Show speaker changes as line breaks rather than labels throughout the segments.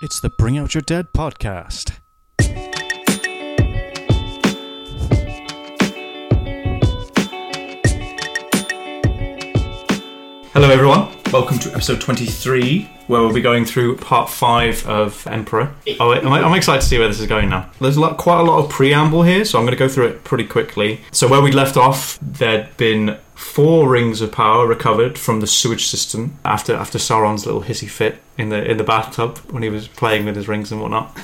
It's the Bring Out Your Dead podcast.
Hello, everyone. Welcome to episode 23, where we'll be going through part 5 of Emperor. Oh, wait, I'm, I'm excited to see where this is going now. There's a lot, quite a lot of preamble here, so I'm going to go through it pretty quickly. So, where we left off, there'd been four rings of power recovered from the sewage system after after Sauron's little hissy fit in the in the bathtub when he was playing with his rings and whatnot.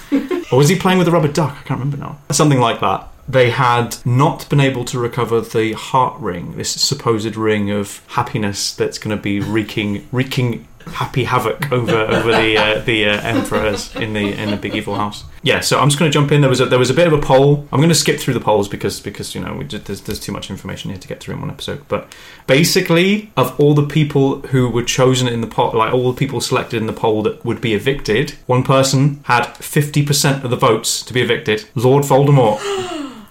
or was he playing with a rubber duck? I can't remember now. Something like that. They had not been able to recover the heart ring, this supposed ring of happiness that's going to be wreaking wreaking happy havoc over over the uh, the uh, emperors in the in the big evil house. Yeah, so I'm just going to jump in. There was a, there was a bit of a poll. I'm going to skip through the polls because because you know we just, there's there's too much information here to get through in one episode. But basically, of all the people who were chosen in the poll, like all the people selected in the poll that would be evicted, one person had 50% of the votes to be evicted. Lord Voldemort.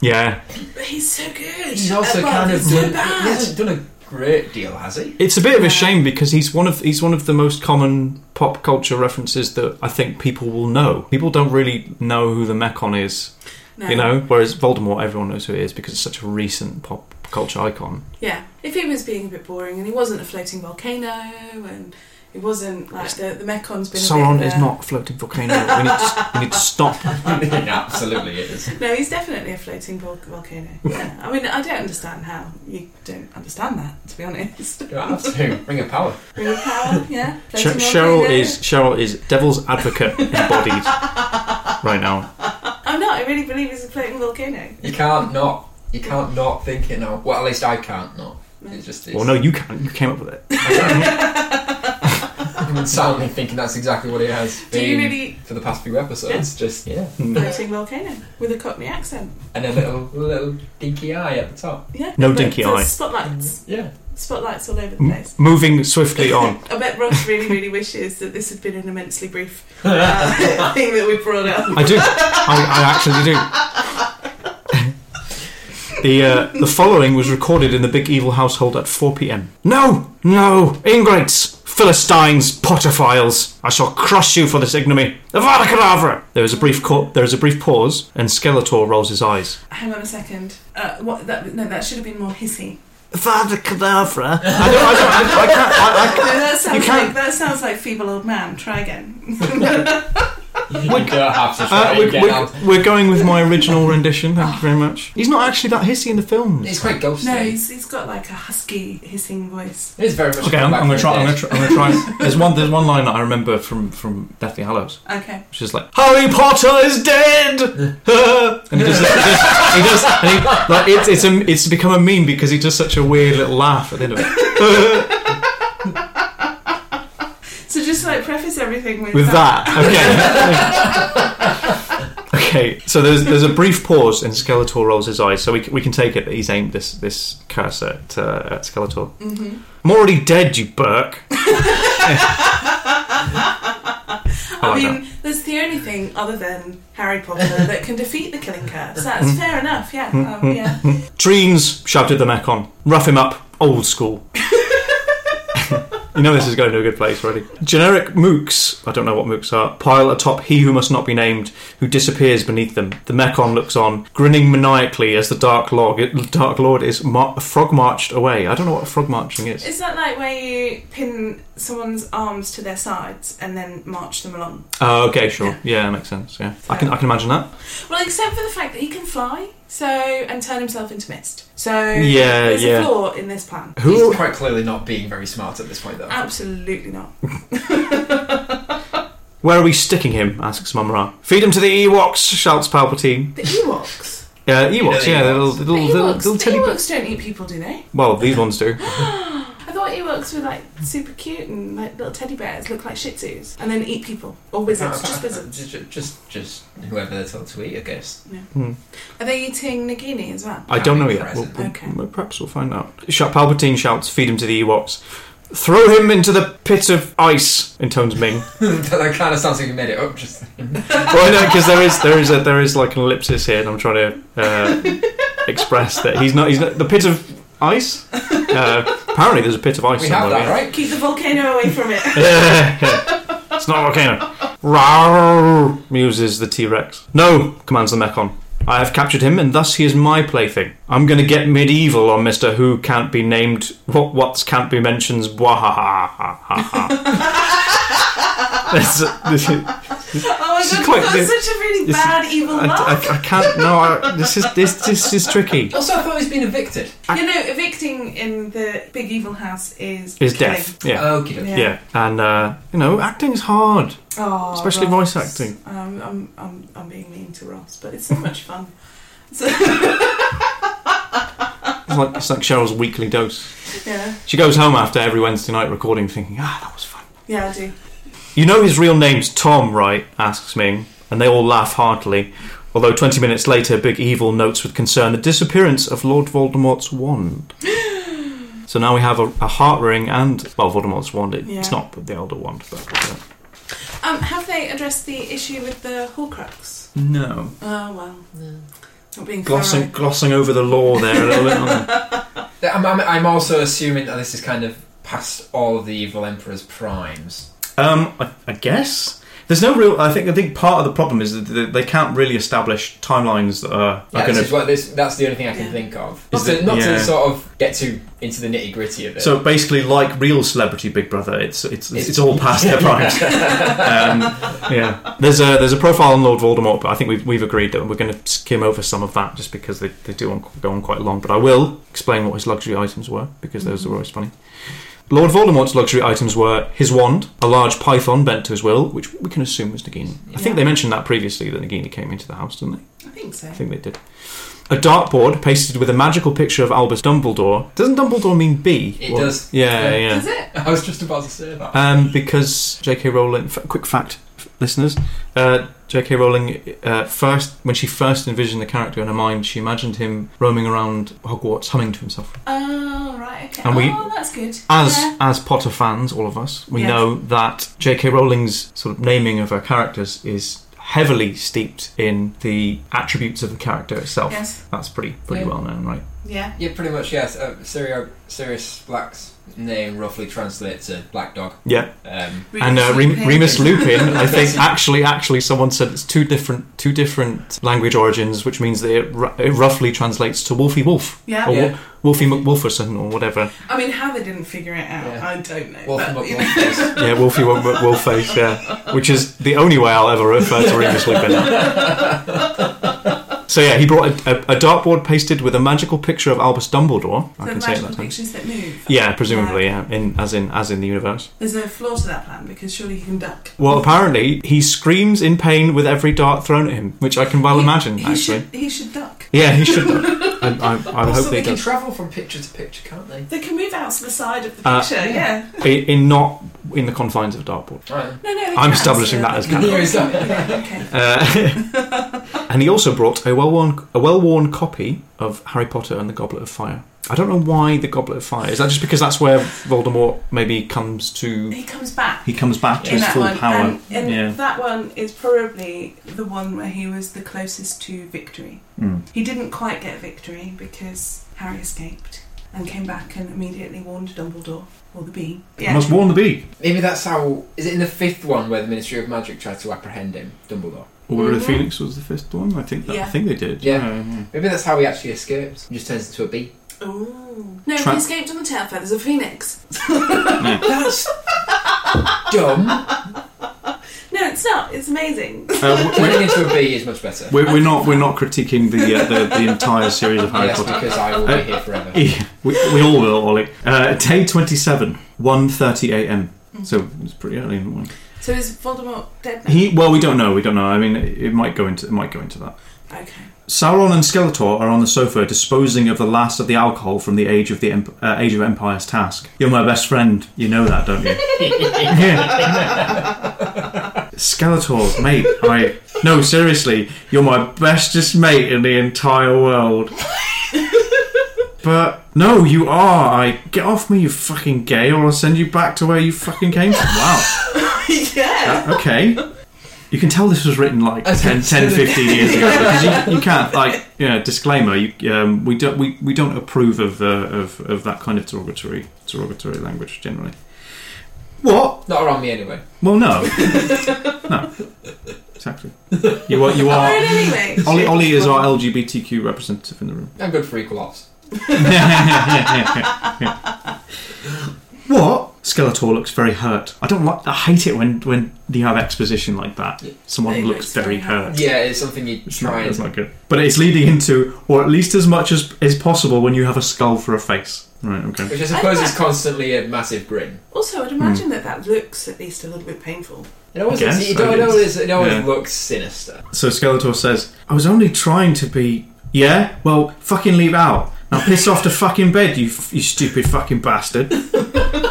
Yeah,
He's so good. Uh,
He's also
Well,
kind of
he's so
done,
bad.
he hasn't done a great deal, has he?
It's a bit of a shame because he's one of he's one of the most common pop culture references that I think people will know. People don't really know who the Mekon is,
No.
you know. Whereas Voldemort, everyone knows who he is because it's such a recent pop culture icon.
Yeah. If he was being a bit boring and he wasn't a floating volcano and he wasn't like the, the Mekon's been. a
Sauron
bit,
is
uh,
not a floating volcano. We need to, we need to stop.
yeah, absolutely it is.
No, he's definitely a floating vol- volcano. Yeah. I mean, I don't understand how you don't understand that. To be honest.
You have to. Ring of power.
Ring of power. Yeah.
Sh-
floating
Cheryl
volcano.
is Cheryl is Devil's Advocate embodied right now.
I'm not. I really believe he's a floating volcano.
You can't not. You can't not think it now. Well, at least I can't not.
Mm.
It's just. It's,
Well, no, you can't. You came up with it.
I've been soundly thinking that's exactly what it has
Do
been
you really
for the past few episodes. Just yeah,
Mm.
floating volcano with a Cockney accent?
and a little little dinky eye at the top.
Yeah.
No
But
dinky
there's
eye.
Spotlights.
Yeah,
Spotlights all over the place.
Moving swiftly on.
I bet Ross really, really wishes that this had been an immensely brief uh, thing that we brought up.
I do. I, I actually do. the uh, the following was recorded in the big evil household at 4 p.m. No, no, ingrates, Philistines, Potterfiles! I shall crush you for this ignominy. Avada Kedavra! There is a brief co- there is a brief pause, and Skeletor rolls his eyes.
Hang on a second. Uh, what? That, no, that should have been more hissy.
Avada Kedavra! I don't. I don't. I, I can't. I, I can't.
No, that sounds
can't-
like that sounds like feeble old man. Try again.
you don't have to try
Uh, we're,
again.
we're, we're going with my original rendition. Thank you very much. He's not actually that hissy in the film.
It's quite ghostly.
No, he's, he's got like a husky hissing voice.
It is very much.
Okay, I'm,
back
I'm gonna
to
try.
the
I'm gonna
days.
try. I'm gonna try. There's one. There's one line that I remember from from Deathly Hallows,
Okay.
which is like Harry Potter is dead, and he does. He does. He does and he, like it's it's a, it's become a meme because he does such a weird little laugh at the end of it.
So just like preface everything with,
With that, okay. Okay, so there's there's a brief pause, and Skeletor rolls his eyes. So we, c- we can take it that he's aimed this this curse at, uh, at Skeletor.
hmm
I'm already dead, you Burke.
I,
like
mean, there's the only thing other than Harry Potter that can defeat the killing curse.
Mm-hmm.
That's fair enough. Yeah. Um, yeah.
Dreams, shouted the Mekon. Rough him up, old school. you know this is going to a good place already. Generic mooks, I don't know what mooks are, pile atop he who must not be named, who disappears beneath them. The Mekon looks on, grinning maniacally as the Dark Lord, Dark Lord is mar- frog marched away. I don't know what frog marching is.
Is that like where you pin someone's arms to their sides and then march them along?
Oh, okay, sure. Yeah, that makes sense. Yeah, I can I can imagine that.
Well, except for the fact that he can fly, so and turn himself into mist. So
Yeah,
there's
yeah.
a flaw in this plan.
Who
He's quite clearly not being very smart at this point, though.
Absolutely not.
Where are we sticking him? asks Mumra. Feed him to the Ewoks, shouts Palpatine.
The Ewoks.
Uh, Ewoks,
the
yeah, the
Ewoks.
little, the
The
little, the
Ewoks,
little
the
teddy bears.
Ewoks don't eat people, do they?
Well, these ones do.
I thought Ewoks were like super cute and like little teddy bears, look like Shih Tzus, and then eat people or wizards, just wizards.
Just, just, just whoever they're told to eat, I guess.
Hmm.
Are they eating Nagini as well?
I don't know yet. We'll,
Present.
we'll-
Okay.
we'll- perhaps we'll find out. Sh- Palpatine shouts, "Feed him to the Ewoks." Throw him into the pit of ice. Intones Ming.
that kind of sounds like you made it up. Just
well, no, because there is there is a, there is like an ellipsis here, and I'm trying to uh, express that he's not he's not the pit of ice. Uh, apparently, there's a pit of ice
we have
somewhere.
that, right?
Oh Keep the volcano away from it.
yeah. it's not a volcano. Rawr, muses the T Rex. No, commands the Mechon. I have captured him, and thus he is my plaything. I'm going to get medieval on Mister Who can't be named. What what's can't be mentions. Wahahahaha. That's- this is-
Oh my
This is
god,
quite
that's
the-
such a really
this is-
bad evil
I,
laugh.
I- I can't. No, I, this is this this is tricky.
Also, I thought he's been evicted.
you know, evicting in the big evil house is
Is
killing. Uh,
death. Yeah.
Okie dokie.
Yeah.
Yeah, and uh, you know, acting is hard.
Oh,
Especially
Ross.
voice acting.
Um, I'm, I'm, I'm being mean to Ross, but it's so much fun. So,
It's like it's like Cheryl's weekly dose.
yeah,
She goes home after every Wednesday night recording, thinking, ah, that was fun.
yeah, I do.
You know his real name's Tom, right? asks Ming, and they all laugh heartily. Although 20 minutes later, Big Evil notes with concern the disappearance of Lord Voldemort's wand. so now we have a, a heart ring and, well, Voldemort's wand. It, It's
Yeah.
not the elder wand, but. Uh,
Um, have they addressed the issue with the Horcrux?
no.
Oh well, not being
Glossing,
glossing.
glossing over the law there a little bit. aren't they?
Th- I'm, I'm, I'm also assuming that this is kind of past all of the evil emperor's primes.
Um, I, I guess there's no real. I think I think part of the problem is that th- they can't really establish timelines that are,
Yeah,
are
this
going
is
to.
what this, that's the only thing I can
Yeah.
think of. Not,
Is
to,
that-
not
yeah.
to sort of get too into the nitty gritty of it.
So basically, like real Celebrity Big Brother, it's it's it's,
It's-
all past their prime. um, yeah, there's a there's a profile on Lord Voldemort, but I think we've we've agreed that we're going to skim over some of that just because they, they do on, go on quite long. But I will explain what his luxury items were because those are always funny. Lord Voldemort's luxury items were his wand, a large python bent to his will, which we can assume was Nagini. I think
Yeah.
they mentioned that previously that Nagini came into the house, didn't they?
I think so.
I think they did. A dartboard pasted with a magical picture of Albus Dumbledore. Doesn't Dumbledore mean bee?
It
Or-
does.
Yeah,
Yeah.
yeah.
Is it?
I was just about to say that.
Um, because J.K. Rowling. F- quick fact, f- listeners. Uh, J.K. Rowling uh, first, when she first envisioned the character in her mind, she imagined him roaming around Hogwarts, humming to himself.
Oh right, okay.
And we-
oh, that's good.
As
yeah.
as Potter fans, all of us, we
Yes.
know that J.K. Rowling's sort of naming of her characters is heavily steeped in the attributes of the character itself.
yes,
That's pretty pretty
Yeah.
well known, right?
yeah,
Yeah, pretty much, yes. Uh, Sirius, Sirius Black's name roughly translates to Black Dog.
Yeah.
Um,
and uh, Rem-
Lupin.
Remus Lupin, I think actually, actually, someone said it's two different, two different language origins, which means that it, ru- it roughly translates to Wolfie Wolf
Yeah.
or
Yeah.
Wol- Wolfie McWolferson or whatever.
I mean, how they didn't figure it out,
Yeah.
I don't Uh, know.
Wolf
but-
and Buck Wolfface.
Yeah, Wolfie Wo- Wo- Wolfface. Yeah, which is the only way I'll ever refer to Remus Lupin. So yeah, he brought a, a, a dartboard pasted with a magical picture of Albus Dumbledore. I
the
can say it that
magical
time.
pictures that move.
Yeah, presumably, yeah, in as in as in the universe.
There's a flaw to that plan because surely you can duck.
Well, apparently he screams in pain with every dart thrown at him, which I can well
He-
imagine.
he
actually,
should he should duck.
yeah, he should. I, I, I hope
Also,
they
they can
does.
travel from picture to picture, can't they?
They can move out to the side of the
Uh,
picture. yeah.
I- In not in the confines of a dartboard.
Right.
No, no. They
I'm
can,
establishing that as
Yeah,
canon. Yeah,
okay.
Uh, and he also brought a well-worn a well-worn copy of Harry Potter and the Goblet of Fire. I don't know why the Goblet of Fire. Is that just because that's where Voldemort maybe comes to?
He comes back.
He comes back
in that one, and, and that one is probably the one where he was the closest to victory.
Hmm.
He didn't quite get victory because Harry escaped and came back and immediately warned Dumbledore or the Bee. Yeah,
warn the bee.
Maybe that's how. Is it in the fifth one where the Ministry of Magic tried to apprehend him, Dumbledore?
Order of
Mhm.
the Phoenix was the first one. I think. That,
Yeah.
I think they did.
Yeah.
yeah. Mm-hmm.
Maybe that's how he actually escapes. He just turns into a bee.
Ooh. No,
Tra-
he escaped on the tail feathers of Phoenix.
That's dumb.
No, it's not. It's amazing.
Uh, w-
Turning into a bee is much better.
We're, we're not we're not critiquing the, uh, the the entire series of Harry
yes,
Potter. Uh,
because I will be here forever.
we, we all will, Ollie. Uh, day twenty seven, 1.30 a.m. So it's pretty early in the morning.
So is Voldemort dead now?
He well, we don't know. We don't know. I mean, it, it might go into it might go into that.
okay.
Sauron and Skeletor are on the sofa disposing of the last of the alcohol from the Age of the Emp- uh, Age of Empires task. You're my best friend. You know that, don't you? Yeah. Skeletor, mate. I no, seriously. You're my bestest mate in the entire world. But no, you are. I get off me, you fucking gay, or I'll send you back to where you fucking came from. Wow.
yeah.
Okay. You can tell this was written like
I was
10,
gonna
10
say-
15 years ago because you, you can't like yeah disclaimer you, um, we don't we, we don't approve of, uh, of of that kind of derogatory derogatory language generally. What?
Not around me anyway.
Well, no. no. Exactly. You are. You
Oh,
are.
really?
Ollie, Ollie is our LGBTQ representative in the room.
I'm good for equal ops.
What? Skeletor looks very hurt. I don't like. I hate it when when you have exposition like that.
Yeah.
Someone
It
looks,
looks
very
very
hurt.
Yeah, it's something you
Uh, It's not,
try
it's
and.
not good. But it's leading into, or at least as much as is possible, when you have a skull for a face. Right. Okay.
Which I suppose is constantly a massive grin.
Also, I'd imagine that that looks at least a little bit painful.
It always,
I guess,
it,
I
always- it
guess.
always, it always
Yeah.
looks sinister.
So Skeletor says, "I was only trying to be." Yeah. Well, fucking leave out. Now piss off to fucking bed, you f- you stupid fucking bastard.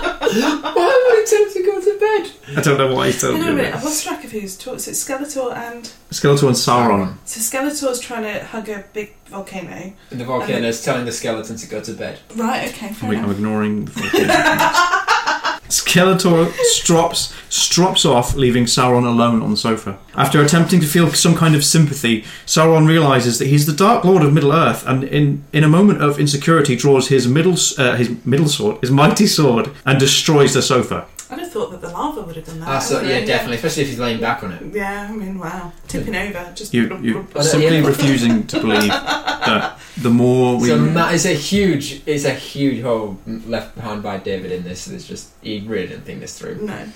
Why would it tempt to go to bed?
I don't know why he
Oh,
told
Hang on a
you
minute,
that.
I've lost track of who's talking. So it's Skeletor and.
Skeletor and Sauron.
So Skeletor's trying to hug a big volcano.
And the volcano's telling the skeleton to go to bed.
Right, okay, fair
I'm, I'm
enough.
ignoring the fucking- Skeletor strops strops off, leaving Sauron alone on the sofa. After attempting to feel some kind of sympathy, Sauron realizes that he's the Dark Lord of Middle Earth, and in, in a moment of insecurity, draws his middle s- uh, his middle sword, his mighty sword, and destroys the sofa.
I'd have thought that the lava would have done that.
Ah, so,
wouldn't
yeah,
it?
definitely, especially if he's laying back on it.
Yeah, I mean, wow. Tipping over. Just.
You you
But, uh,
simply
yeah.
refusing to believe that the more we
So Matt is a huge, it's a huge hole left behind by David in this. It's just he really didn't think this through.
No.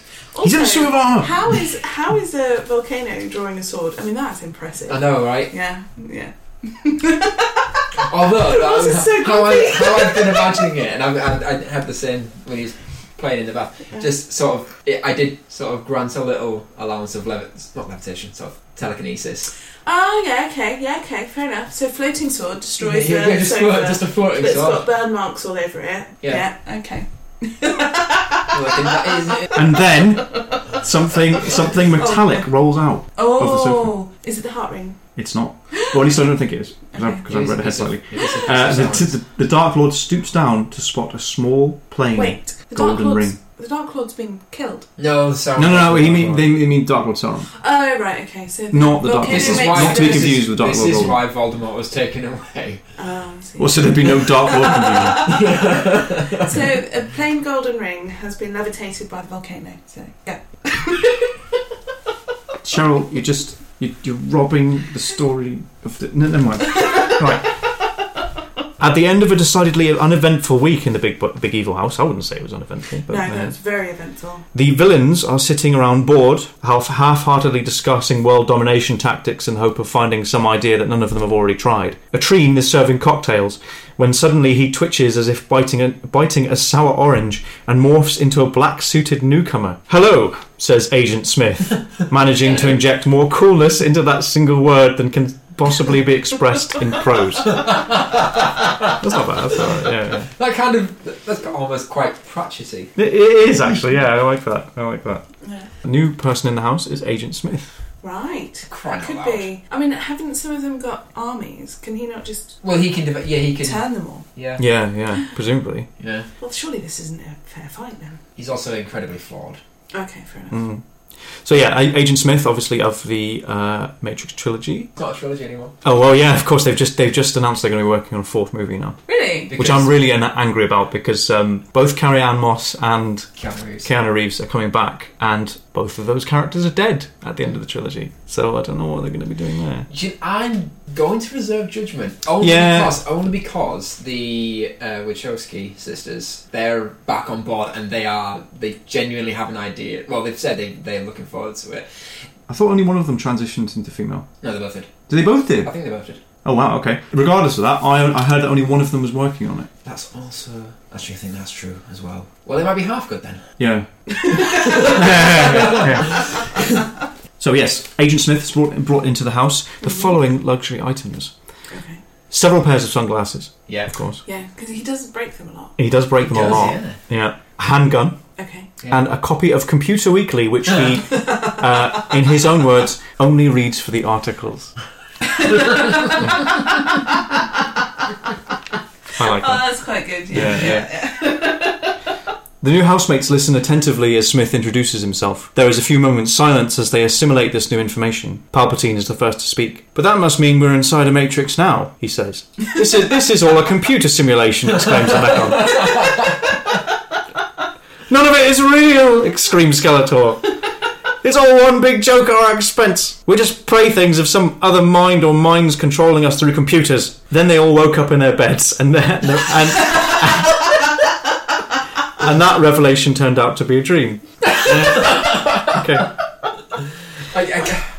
he's in a
Also,
suit of armor.
How is how is a volcano drawing a sword? I mean, that's impressive.
I know, right?
Yeah, yeah.
Although
It wasn't
um,
so
how, I,
creepy.
how I've been imagining it, and I, I, I had the same when he's playing in the bath. Just sort of, it, I did sort of grant a little allowance of levi- not levitation, sort of telekinesis.
Oh, yeah, okay, yeah, okay, fair enough. So floating sword destroys
Yeah,
the
yeah, just,
sofa,
float, just a floating
but it's
sword.
got burn marks all over it.
Yeah.
okay.
Well, I think that is-
And then something something metallic rolls out.
Oh, is it the heart ring?
It's not. Well, at least I don't think it is because I've, 'cause I've read ahead slightly. Uh, the, the, the Dark Lord stoops down to spot a small plane.
Wait, the
Golden
Dark Lord's
ring.
the Dark Lord's been killed.
no, sorry.
No, no, no. He mean they, they mean Dark Lord Sauron.
Oh, right, okay. So the
Not the Dark
volcano
Lord.
This is
makes
why
Not to be
the-
this is-
confused with Dark
This
Lord
is
Voldemort.
why Voldemort was taken away.
Oh, I see.
Or should there be no Dark Lord confusion?
so a plain golden ring has been levitated by the volcano. So yeah,
Cheryl, you're just you, you're robbing the story of the. No, never mind. Right. At the end of a decidedly uneventful week in the Big Bu- Big Evil House, I wouldn't say it was uneventful, but
no,
uh,
that's very eventful.
The villains are sitting around board, half half-heartedly discussing world domination tactics in hope of finding some idea that none of them have already tried. Atrine is serving cocktails when suddenly he twitches as if biting a, biting a sour orange and morphs into a black-suited newcomer. "Hello," says Agent Smith, managing to inject more coolness into that single word than can possibly be expressed in prose. That's not bad. That's all right. Yeah, yeah.
That kind of that's almost quite Pratchety.
It- it is actually. Yeah, I like that. I like that.
Yeah.
New person in the house is Agent Smith.
Right.
Crying out
Could
loud.
be. I mean, haven't some of them got armies? Can he not just
Well, he can. Deve- yeah, he can.
turn them all?
Yeah.
Yeah, yeah, presumably.
Yeah.
Well, surely this isn't a fair fight then.
He's also incredibly flawed.
Okay, fair enough.
Mm. So yeah, A- Agent Smith, obviously of the uh, Matrix trilogy.
It's not a trilogy anymore.
Oh well, yeah, of course they've just they've just announced they're going to be working on a fourth movie now,
Hmm. Really?
which I'm really an- angry about because um, both Carrie Ann Moss and
Keanu Reeves.
Keanu Reeves are coming back, and both of those characters are dead at the end of the trilogy. So I don't know what they're going to be doing there.
Do you- I'm going to reserve judgment only
Yeah.
because only because the uh, Wachowski sisters they're back on board and they are they genuinely have an idea. Well, they've said they they're looking forward to it.
I thought only one of them transitioned into female.
No, they both did.
Did they both
I
do?
think they both did.
Oh wow, okay. Regardless of that, I, I heard that only one of them was working on it.
That's also actually I think that's true as well. Well, they might be half good then.
Yeah. so yes, Agent Smith is brought, brought into the house the following luxury items:
Okay.
several pairs of sunglasses,
Yeah.
of course.
Yeah, because he doesn't break them a lot.
He does break them
Does,
a lot.
yeah.
Yeah. A handgun
Okay.
Yeah.
and a copy of Computer Weekly, which he, uh, in his own words, only reads for the articles. I like
Oh,
that.
that's quite good.
Yeah,
Yeah,
yeah. The new housemates listen attentively as Smith introduces himself. There is a few moments' silence as they assimilate this new information. Palpatine is the first to speak. But that must mean we're inside a matrix now, he says. This is this is all a computer simulation, exclaims Omecon. None of it is real! Exclaimed Skeletor. It's all one big joke at our expense. We're just playthings of some other mind or minds controlling us through computers. Then they all woke up in their beds, and their- and, and, and that revelation turned out to be a dream. okay,
I,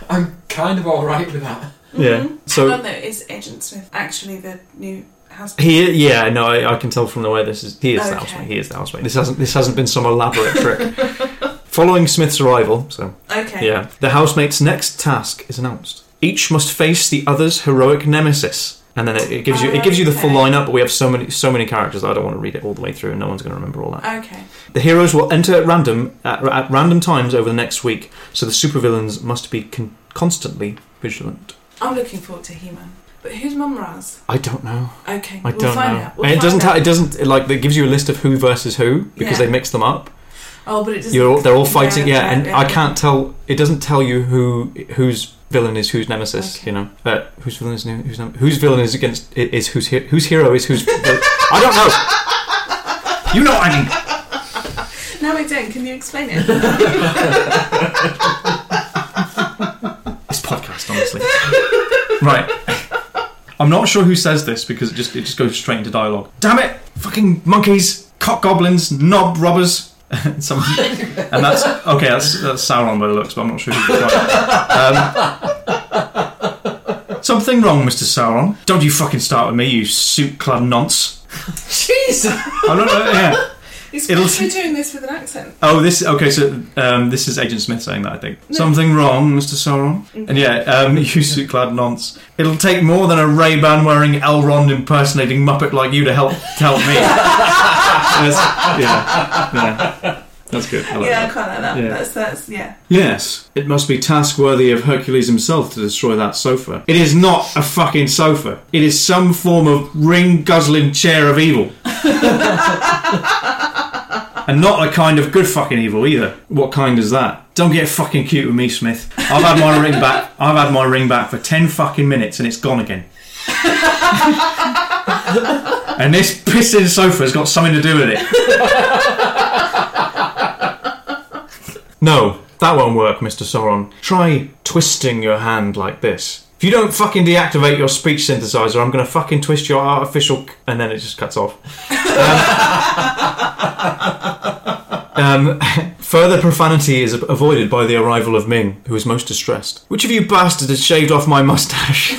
I, am kind of alright with that.
yeah. So
oh no, it's Agent Smith actually the new house?
He, yeah, no, I, I can tell from the way this is. He is the
Mm-hmm. Okay.
housemate. He is the housemate. This hasn't. This hasn't been some elaborate trick. Following Smith's arrival, so
Okay.
yeah, the housemate's next task is announced. Each must face the other's heroic nemesis, and then it, it gives you it gives you the full
Okay.
lineup. But we have so many so many characters that I don't want to read it all the way through, and no one's going to remember all that.
Okay.
The heroes will enter at random at, at random times over the next week, so the supervillains must be con- constantly vigilant.
I'm looking forward to He-Man. But who's Mum Raz?
I don't know.
Okay,
I
we'll
don't
find
know.
out. We'll
And it
find
doesn't.
out.
Ha- it doesn't. It, like it gives you a list of who versus who because
Yeah.
they mix them up.
oh, but it doesn't.
You're all, they're all fighting. Yeah, and I
yeah.
can't tell. It doesn't tell you who whose villain is whose nemesis.
Okay.
You know, uh, whose villain is whose nem- whose villain is against i- is whose he- whose hero is whose. I don't know. You know what I mean.
No, I don't. Can you explain it?
This podcast, honestly. right. I'm not sure who says this because it just it just goes straight into dialogue. Damn it! Fucking monkeys, cock goblins, knob robbers. And Some, and that's okay. That's that's Sauron by the looks, but I'm not sure. Who's right. um, something wrong, Mister Sauron. Don't you fucking start with me, you suit-clad nonce.
Jesus!
I don't know. Yeah.
He's
It'll-
actually doing this with an accent.
Oh, this okay. So um, this is Agent Smith saying that I think
No.
something wrong, Mister Sauron. And yeah, um, you suit-clad nonce. It'll take more than a Ray Ban wearing Elrond impersonating Muppet like you to help to help me. That's- yeah, yeah. that's good. I like
yeah,
that.
I can't like that.
Yeah.
That's that's yeah.
Yes, it must be task worthy of Hercules himself to destroy that sofa. It is not a fucking sofa. It is some form of ring guzzling chair of evil. and not a kind of good fucking evil either. What kind is that? Don't get fucking cute with me, Smith. I've had my ring back. I've had my ring back for 10 fucking minutes and it's gone again. and this pissing sofa's got something to do with it. No, that won't work, Mr. Sauron. Try twisting your hand like this. If you don't fucking deactivate your speech synthesizer, I'm gonna fucking twist your artificial. c-" And then it just cuts off. Um, um, further profanity is avoided by the arrival of Ming, who is most distressed. Which of you bastards has shaved off my mustache?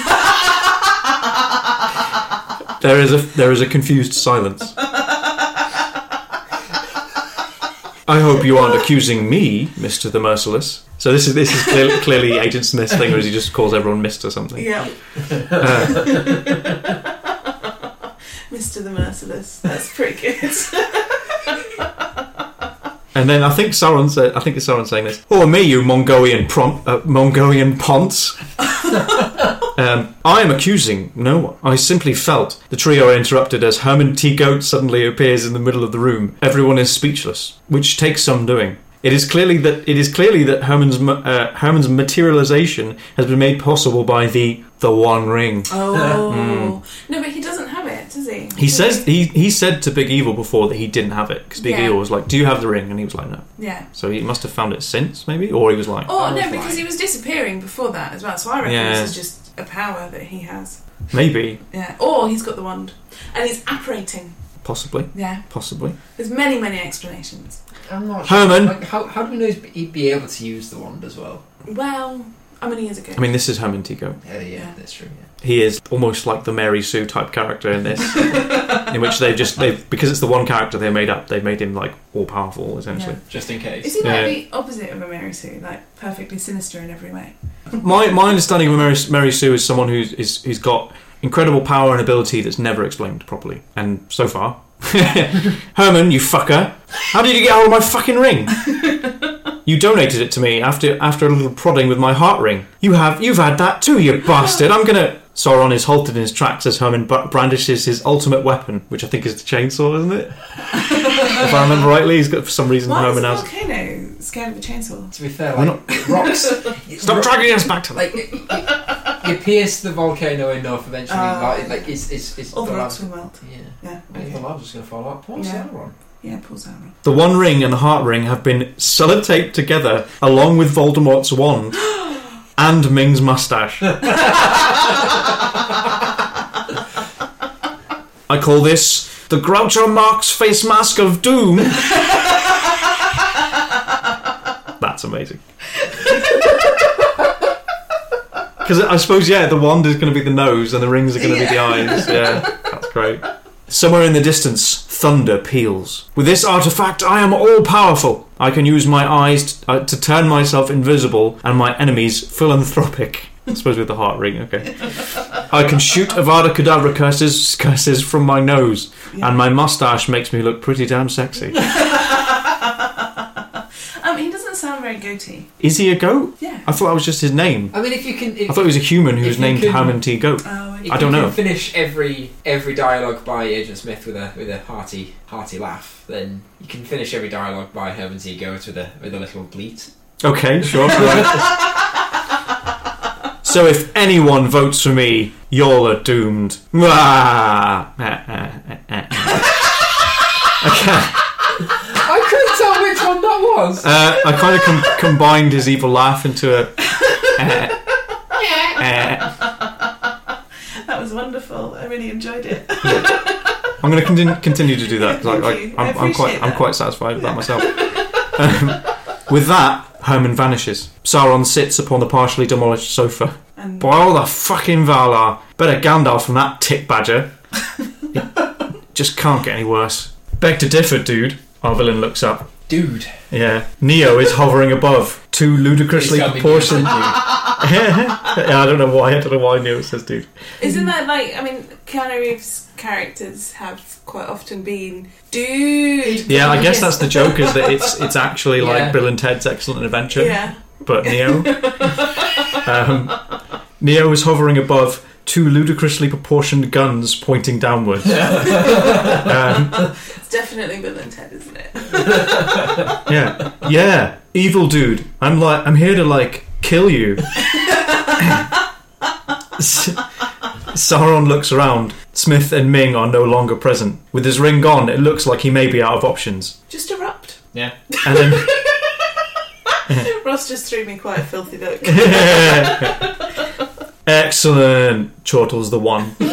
there is a there is a confused silence. I hope you aren't accusing me, Mister the Merciless. So this is this is clearly, clearly Agent Smith's thing, or is he just calls everyone Mister something?
Yeah. Mr. the Merciless. That's pretty good.
And then I think Sauron said, I think it's Sauron saying this. Or me, you Mongolian prompt, uh, Mongolian ponce. um, I am accusing no one. I simply felt. The trio are interrupted as Herman T. Goat suddenly appears in the middle of the room. Everyone is speechless, which takes some doing. It is clearly that it is clearly that Herman's ma- uh, Herman's materialization has been made possible by the the One Ring.
Oh no, but he doesn't have it, does he?
Mm. He says he, he said to Big Evil before that he didn't have it because Big
Yeah.
Evil was like, "Do you have the ring?" and he was like, "No."
Yeah.
So he must have found it since, maybe, or he was like,
Oh
Oh,
no,
right.
because he was disappearing before that as well. So I reckon
Yeah.
this is just a power that he has.
maybe,
Yeah. Or he's got the wand, and he's apparating.
possibly,
Yeah.
possibly.
There's many, many explanations.
I'm not
Herman.
Like, how, how do we know he'd be- he'd be able to use the wand as well?
Well, how many years ago?
I mean, this is Herman Tico.
Yeah, yeah,
Yeah.
that's true. Yeah.
He is almost like the Mary Sue type character in this, in which they've just they've because it's the one character they made up. They've made him like all powerful essentially.
Just in case.
Is he like
Yeah.
the opposite of a Mary Sue, like perfectly sinister in every way?
My my understanding of Mary, Mary Sue is someone who's is who's got incredible power and ability that's never explained properly, and so far. Herman, you fucker! How did you get hold of my fucking ring? You donated it to me after after a little prodding with my heart ring. You have you've had that too, you bastard. I'm gonna. Sauron is halted in his tracks as Herman bra- brandishes his ultimate weapon, which I think is the chainsaw, isn't it? if I remember rightly, he's got for some reason
Why is
Herman
the
has.
volcano scared of the chainsaw?
To be fair,
Why
like rocks.
Stop dragging us back to that.
Like it- it- you pierce the volcano enough, eventually,
Ah.
like, like it's it's it's
All the
lava-
rocks will melt.
Yeah,
Yeah.
Oh,
I think the lava's just gonna fall out. What's
Yeah.
that one?
Yeah, pulls out.
The One Ring and the Heart Ring have been sellotaped together along with Voldemort's wand and Ming's mustache. I call this the Groucho Marx face mask of doom. That's amazing. Because I suppose, yeah, the wand is going to be the nose and the rings are going to be the eyes. Yeah, that's great. Somewhere in the distance, thunder peals. With this artifact, I am all powerful. I can use my eyes t- uh, to turn myself invisible and my enemies philanthropic. I suppose with the heart ring, okay. I can shoot Avada Kedavra curses, curses from my nose,
Yeah.
and my mustache makes me look pretty damn sexy.
Um, he doesn't sound very goatee.
Is he a goat?
Yeah.
I thought that was just his name.
I mean, if you can, if,
I thought he was a human who
If
was
you
named
could-
Hammond T. Goat.
Oh,
if
I don't
you
know.
Can finish every every dialogue by Agent Smith with a with a hearty hearty laugh. Then you can finish every dialogue by Herman T. Goetz with a with a little bleat.
Okay, sure. right. so if anyone votes for me, y'all are doomed. Uh, okay.
I couldn't tell which one that was.
Uh, I kind of com- combined his evil laugh into a. Oh, eh.
that was wonderful. I really enjoyed it.
I'm going to continue, continue to do that. 'cause I, I,
Thank you. I
I'm, I'm quite
appreciate
I'm
that.
quite satisfied with that myself. Um, with that, Herman vanishes. Sauron sits upon the partially demolished sofa.
And
By all the fucking Valar, better Gandalf than that tit badger. Just can't get any worse. Beg to differ, dude. Our villain looks up.
Dude,
Yeah. Neo is hovering above, too ludicrously
Please tell me
proportioned.
you said
Yeah, I don't know why. I don't know why Neo says dude.
isn't that like? I mean, Keanu Reeves characters have quite often been dude.
Yeah, I guess that's the joke is that it's it's actually
Yeah.
like Bill and Ted's Excellent Adventure,
Yeah.
but Neo. um, Neo is hovering above two ludicrously proportioned guns pointing downwards. um,
It's definitely Bill and Ted, isn't it?
yeah, yeah, evil dude. I'm like, I'm here to like kill you. S- Sauron looks around. Smith and Ming are no longer present. With his ring gone, it looks like he may be out of options.
Just erupt.
And then,
Ross just threw me quite a filthy look.
excellent, chortles the one.
dude.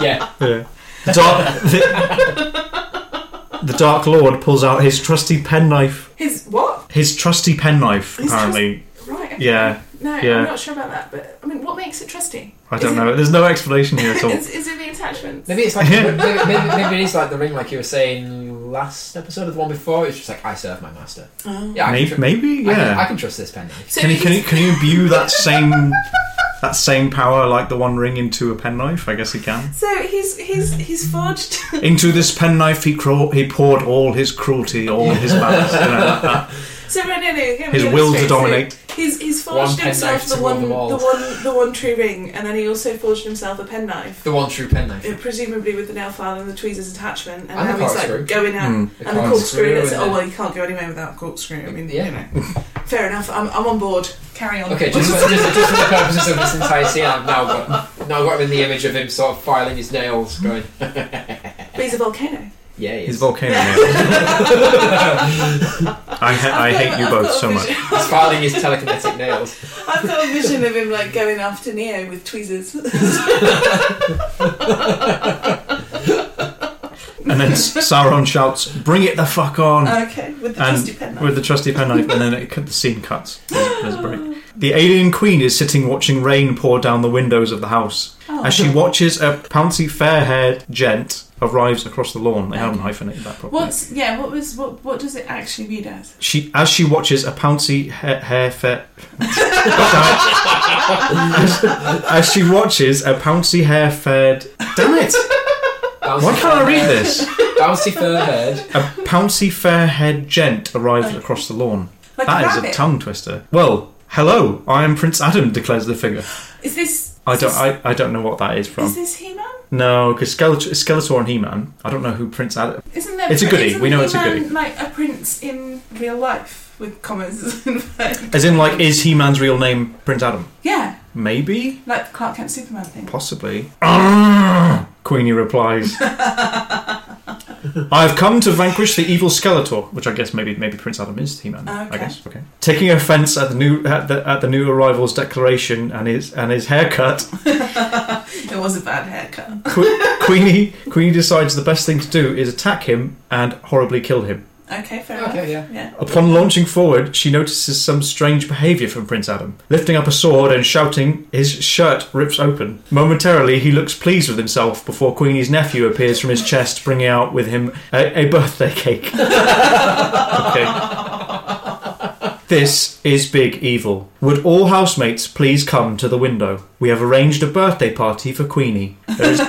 Yeah,
Yeah. Dark, the, the Dark Lord pulls out his trusty penknife.
His what?
His trusty penknife,
His trus-
apparently.
Right. okay.
yeah,
No,
yeah.
I'm not sure about that. But I mean, what makes it trusty?
I
Is
don't
it-
know. There's no explanation here at all.
Is, is it the attachments?
maybe it's like maybe, maybe, maybe it is like the ring, like you were saying last episode or the one before. It's just like I serve my master.
Oh.
Yeah, I can
Maybe,
tr-
maybe
I can- I
yeah.
can, trust this penknife.
So
can you
he's-
can you can you imbue that same that same power like the One Ring into a penknife? I guess he can.
So he's he's he's forged.
Into this penknife, he craw- he poured all his cruelty, all his malice, you know, like that.
So right now, here we
his
go,
will
straight
to
through.
dominate.
He's he's
One
forged
penknife
himself
to
the
rule
one the
them all.
one the one true ring, and then he also forged himself a penknife,
The one true penknife.
uh, presumably with the nail file and the tweezers attachment, and,
And the
now he's like
corkscrew.
going out.
Mm.
And the
corkscrew
corkscrew, and it's
and
oh
the-
well, you can't go anywhere without a corkscrew. I mean,
Yeah.
you know, fair enough. I'm, I'm on board. Carry on.
Okay, just for, just, just for the purposes of this entire scene, I've now got now got in the image of him sort of filing his nails, going,
But he's a volcano.
"Yeah, he
His
is.
volcano.
Yeah.
I, ha- I
I've got-
hate you
I've
both
got a
so much.
vision-
he's filing his telekinetic nails."
I've got a vision of him like going after Neo with
Hmm.
tweezers.
And then S- Sauron shouts, "Bring it the fuck on!"
okay, with the
And
trusty penknife.
with the trusty penknife, and then it cut, the scene cuts. There's there's a break. The alien queen is sitting watching rain pour down the windows of the house.
Oh.
As she watches a pouncy, fair-haired gent arrives across the lawn, they haven't hyphenated that properly.
What's yeah? What was what? What does it actually read as?
She, as she watches a pouncy, hair, hair fair. as, as she watches a pouncy, hair-faired. Damn it!
Bouncy
Why can't I read this?
Bouncy fur head.
A pouncy, fair-haired gent arrives across the lawn.
Like a
That is a
rabbit.
tongue twister. Well, hello, I am Prince Adam, declares the figure.
Is this?
I
is
don't,
this-
I, I don't know what that is
Is
from.
this He-Man?
No, because Skeletor, Skeletor and He-Man. I don't know who Prince Adam.
Isn't there?
It's a goodie.
isn't
We know it's a
He-Man
goodie.
Like a prince in real life with commas.
As in, like, is He Man's real name Prince Adam?
yeah,
Maybe?
like the Clark Kent Superman thing.
Possibly. Arrgh! Queenie replies. I've come to vanquish the evil Skeletor, which I guess maybe maybe Prince Adam is He-Man. I
Okay.
guess. Okay. Taking offence at the new at the, at the new arrival's declaration and his and his haircut,
it was a bad haircut.
Que- Queenie Queenie decides the best thing to do is attack him and horribly kill him.
Okay, fair enough.
Okay, yeah.
Yeah.
Upon launching forward, she notices some strange behaviour from Prince Adam. Lifting up a sword and shouting, his shirt rips open. Momentarily, he looks pleased with himself before Queenie's nephew appears from his chest, bringing out with him a, a birthday cake. okay. This is Big Evil. Would all housemates please come to the window? We have arranged a birthday party for Queenie. There is, there is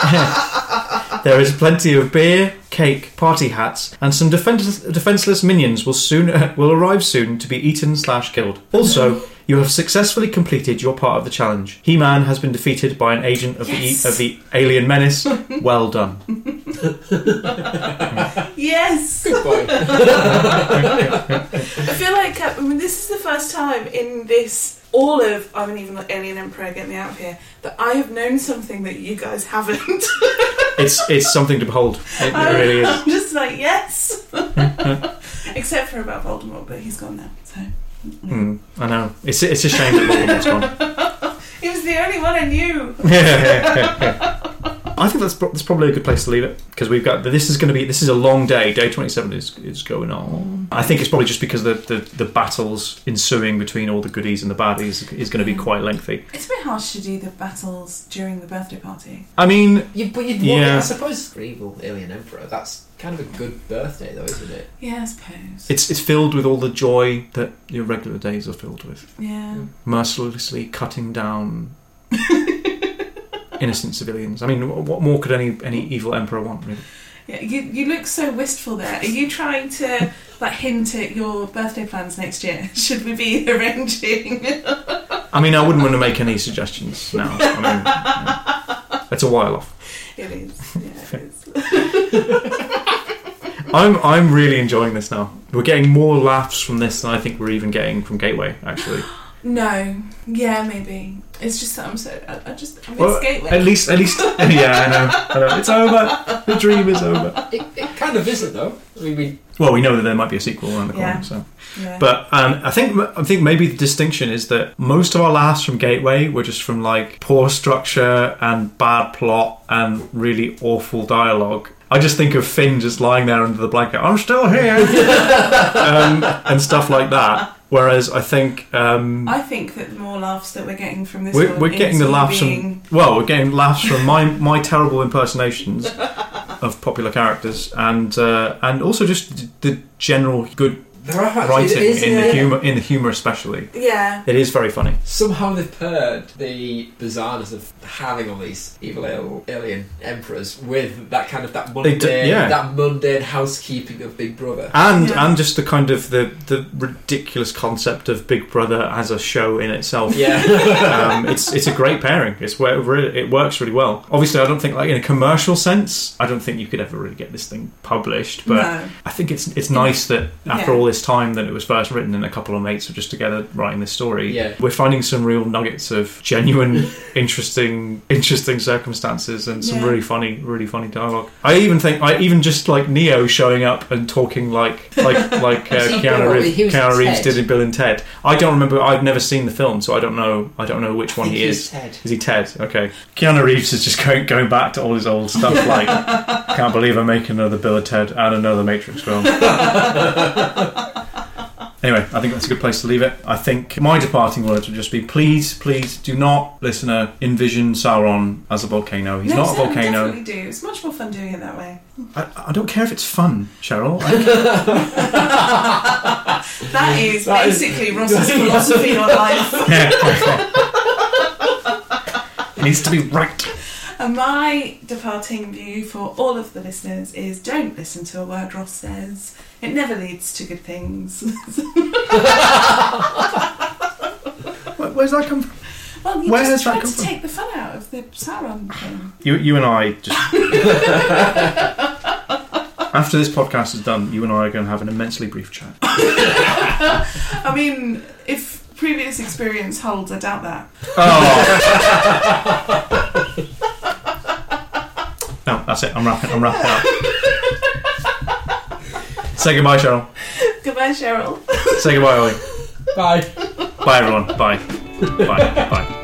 Ah,
there is plenty of beer, cake, party hats, and some defense- defenseless minions will soon will arrive soon to be eaten slash killed. Also, you have successfully completed your part of the challenge. He-Man has been defeated by an agent of
Yes.
the of the alien menace. well done.
Yes.
good boy.
I feel like uh, I mean, this is the first time in this all of I mean even like Alien Emperor get me out of here that I have known something that you guys haven't.
It's it's something to behold. It
I'm,
really is.
I'm just like yes, except for about Voldemort, but he's gone now. So
Hmm, I know. It's it's a shame that Voldemort's gone.
he was the only one I knew.
I think that's, pro- that's probably a good place to leave it because we've got this is going to be this is a long day. Day twenty seven is, is going on. I think it's probably just because the, the, the battles ensuing between all the goodies and the baddies is going to be quite lengthy.
It's a bit harsh to do the battles during the birthday party.
I mean,
You, but you'd
Yeah.
yeah. I suppose for evil alien emperor. That's kind of a good birthday, though, isn't it?
Yeah, I suppose.
it's it's filled with all the joy that your regular days are filled with.
yeah.
Mercilessly cutting down innocent civilians. I mean, what, what more could any any evil emperor want? Really?
Yeah, you, you look so wistful there. Are you trying to like hint at your birthday plans next year? Should we be arranging?
I mean, I wouldn't want to make any suggestions now. I mean, yeah. it's a while off.
It is. Yeah, it is.
I'm I'm really enjoying this now. We're getting more laughs from this than I think we're even getting from Gateway. Actually,
No. Yeah, maybe. It's just that I'm so. I, I just. I'm
Well,
well, gateway.
at least at least yeah, I know, I know. It's over. The dream is over.
It, it kind of isn't, though. I mean, we,
Well, we know that there might be a sequel around the corner.
Yeah.
So,
yeah.
but um, I think I think maybe the distinction is that most of our laughs from Gateway were just from like poor structure and bad plot and really awful dialogue. I just think of Finn just lying there under the blanket. I'm still here, um, and stuff like that. Whereas I think um,
I think that the more laughs that we're getting from this,
We're,
one
we're getting
is
the
me
laughs
being-
from well, we're getting laughs from my my terrible impersonations of popular characters, and uh, and also just the general good
there are actually-
writing
it is,
in the
yeah.
humor in the humor especially.
Yeah.
It is very funny.
Somehow they've paired the bizarreness of having all these evil al- alien emperors with that kind of that
They
mundane,
do- yeah.
that mundane housekeeping of Big Brother.
And
Yeah.
and just the kind of the, the ridiculous concept of Big Brother as a show in itself.
Yeah,
um, it's it's a great pairing. It's where it really, it works really well. Obviously, I don't think like in a commercial sense, I don't think you could ever really get this thing published. But
no.
I think it's it's nice that after
Yeah.
all this time that it was first written and a couple of mates were just together writing this story.
Yeah.
We're finding some real nuggets of genuine, interesting, interesting circumstances and some
Yeah.
really funny, really funny dialogue. I even think I even just like Neo showing up and talking like like like uh,
He did
Keanu
what
Reeves,
he was
Keanu Reeves
Ted.
did in Bill and Ted. I don't remember. I've never seen the film, so I don't know. I don't know which one
I think
he
he's
is.
Ted.
Is he Ted? Okay. Keanu Reeves is just going, going back to all his old stuff. Like, can't believe I'm making another Bill and Ted and another Matrix film. anyway, I think that's a good place to leave it. I think my departing words would just be: please, please do not, listener, envision Sauron as a volcano. He's
no,
not a
so
volcano.
Definitely do. It's much more fun doing it that way.
I, I don't care if it's fun, Cheryl. I,
That is
That is-
basically Ross's philosophy on life.
it needs to be right.
And my departing view for all of the listeners is: don't listen to a word Ross says. It never leads to good things.
Where, where's that come from?
Well, you
Where
just
has that
tried
come
to
from?
take the fun out of the Sauron thing.
You, you and I just. After this podcast is done, you and I are going to have an immensely brief chat.
I mean, if previous experience holds, I doubt that.
Oh. No, that's it. I'm wrapping. I'm wrapping up. Say goodbye, Cheryl.
Goodbye, Cheryl.
Say goodbye, Ollie.
Bye.
Bye, everyone. Bye. Bye. Bye.